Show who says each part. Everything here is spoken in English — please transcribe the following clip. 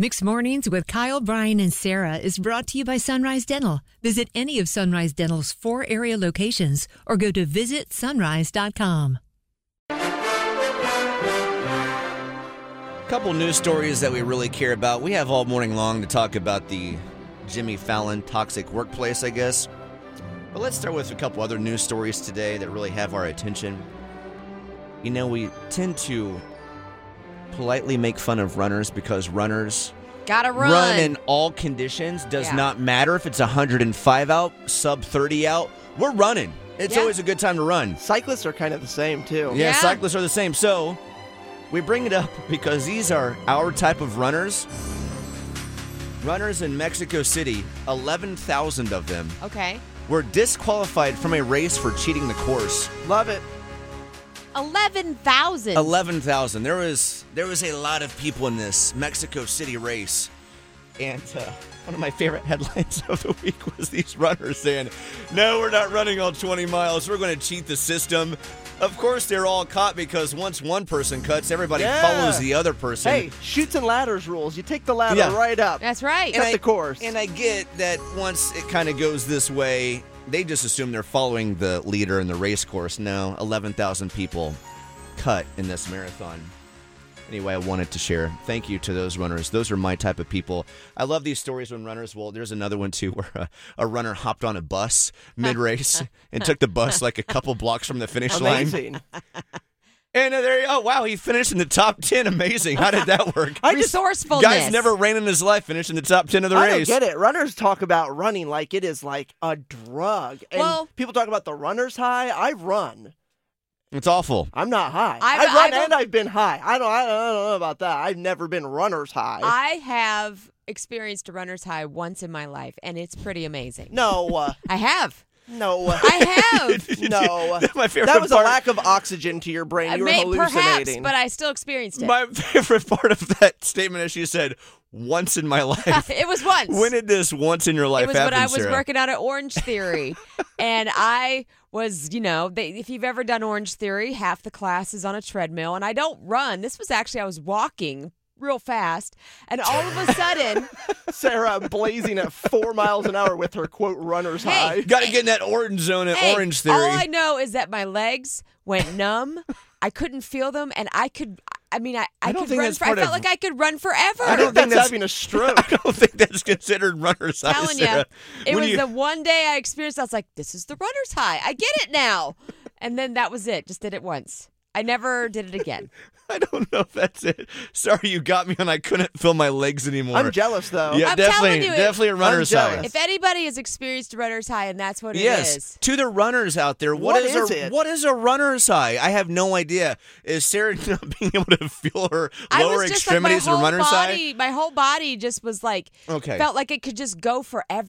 Speaker 1: Mixed Mornings with Kyle, Brian, and Sarah is brought to you by Sunrise Dental. Visit any of Sunrise Dental's four area locations or go to visitsunrise.com.
Speaker 2: Couple news stories that we really care about. We have all morning long to talk about the Jimmy Fallon toxic workplace, I guess. But let's start with a couple other news stories today that really have our attention. You know, we tend to politely make fun of runners because runners
Speaker 3: Gotta run.
Speaker 2: in all conditions. Does
Speaker 3: Yeah.
Speaker 2: not matter if it's 105 out, sub 30 out. We're running. It's
Speaker 3: Yeah.
Speaker 2: always a good time to run.
Speaker 4: Cyclists are kind of the same too.
Speaker 2: Yeah,
Speaker 3: Yeah.
Speaker 2: cyclists are the same. So we bring it up because these are our type of runners. Runners in Mexico City, 11,000 of them,
Speaker 3: Okay.
Speaker 2: were disqualified from a race for cheating the course.
Speaker 4: Love it.
Speaker 3: 11,000.
Speaker 2: 11,000. There was there was a lot of people in this Mexico City race. And uh, one of my favorite headlines of the week was these runners saying, "No, we're not running all 20 miles. We're going to cheat the system." Of course, they're all caught because once one person cuts, everybody
Speaker 4: Yeah.
Speaker 2: follows the other person.
Speaker 4: Hey, shoots and ladders rules. You take the ladder
Speaker 2: Yeah.
Speaker 4: right up.
Speaker 3: That's right.
Speaker 4: And- cut the course.
Speaker 2: And I get that once it kind of goes this way, they just assume they're following the leader in the race course. No, 11,000 people cut in this marathon. Anyway, I wanted to share. Thank you to those runners. Those are my type of people. I love these stories when runners. Well, there's another one too where a, a runner hopped on a bus mid race and took the bus like a couple blocks from the finish line.
Speaker 4: Amazing.
Speaker 2: And uh, there, you- oh wow, he finished in the top ten. Amazing. How did that work?
Speaker 4: I just
Speaker 3: Resourcefulness.
Speaker 2: Guy's never ran in his life, finished in the top ten of the
Speaker 4: I don't
Speaker 2: race.
Speaker 4: get it. Runners talk about running like it is like a drug. And
Speaker 3: Well-
Speaker 4: people talk about the runner's high. I run.
Speaker 2: It's awful.
Speaker 4: I'm not high.
Speaker 3: I've-
Speaker 4: I run
Speaker 3: I've-
Speaker 4: and I've been high. I don't, I don't I don't know about that. I've never been runner's high.
Speaker 3: I have experienced a runner's high once in my life, and it's pretty amazing.
Speaker 4: no, uh,
Speaker 3: I have.
Speaker 4: no. uh,
Speaker 3: I have.
Speaker 4: no.
Speaker 2: My favorite
Speaker 4: that was
Speaker 2: part-
Speaker 4: a lack of oxygen to your brain.
Speaker 3: I
Speaker 4: you were
Speaker 3: Uh, may- perhaps,
Speaker 4: hallucinating.
Speaker 3: but I still experienced it.
Speaker 2: My favorite part of that statement is she said, "Once in my life."
Speaker 3: it was once.
Speaker 2: when did this once in your life
Speaker 3: it was
Speaker 2: happen,
Speaker 3: when I was
Speaker 2: Sarah?
Speaker 3: working out at Orange Theory, and I was, you know, they, if you've ever done Orange Theory, half the class is on a treadmill, and I don't run. This was actually I was walking real fast, and all of a sudden,
Speaker 4: Sarah blazing at four miles an hour with her quote runner's
Speaker 3: Hey.
Speaker 4: high.
Speaker 2: Got to get in that orange zone at
Speaker 3: hey,
Speaker 2: Orange Theory.
Speaker 3: all I know is that my legs went numb. I couldn't feel them, and I could. I mean, I, I,
Speaker 2: I don't
Speaker 3: could
Speaker 2: think
Speaker 3: run.
Speaker 2: that's
Speaker 3: For, I
Speaker 2: part
Speaker 3: felt
Speaker 2: of-
Speaker 3: like I could run forever.
Speaker 2: don't
Speaker 4: I think
Speaker 2: think
Speaker 4: that's,
Speaker 2: that's-
Speaker 4: having a stroke.
Speaker 2: I don't think that's considered runner's high,
Speaker 3: telling
Speaker 2: Sarah.
Speaker 3: you, it
Speaker 2: When
Speaker 3: was
Speaker 2: you-
Speaker 3: the one day I experienced. I was like, "This is the runner's high. I get it now." and then that was it. Just did it once. I never did it again.
Speaker 2: I don't know if that's it. Sorry, you got me, and I couldn't feel my legs anymore.
Speaker 4: I'm jealous though.
Speaker 2: Yeah,
Speaker 3: I'm
Speaker 2: definitely,
Speaker 3: telling you, it-
Speaker 2: definitely a runner's high.
Speaker 4: jealous.
Speaker 3: if anybody has experienced runner's high, and that's what
Speaker 2: yes,
Speaker 3: it is.
Speaker 2: to the runners out there,
Speaker 4: What
Speaker 2: is,
Speaker 4: is
Speaker 2: a
Speaker 4: it?
Speaker 2: what is a runner's high? I have no idea. Is Sarah not being able to feel her
Speaker 3: I
Speaker 2: lower
Speaker 3: was just like my
Speaker 2: extremities
Speaker 3: whole
Speaker 2: a runner's
Speaker 3: body. My whole body just was like,
Speaker 2: Okay.
Speaker 3: felt like it could just go forever.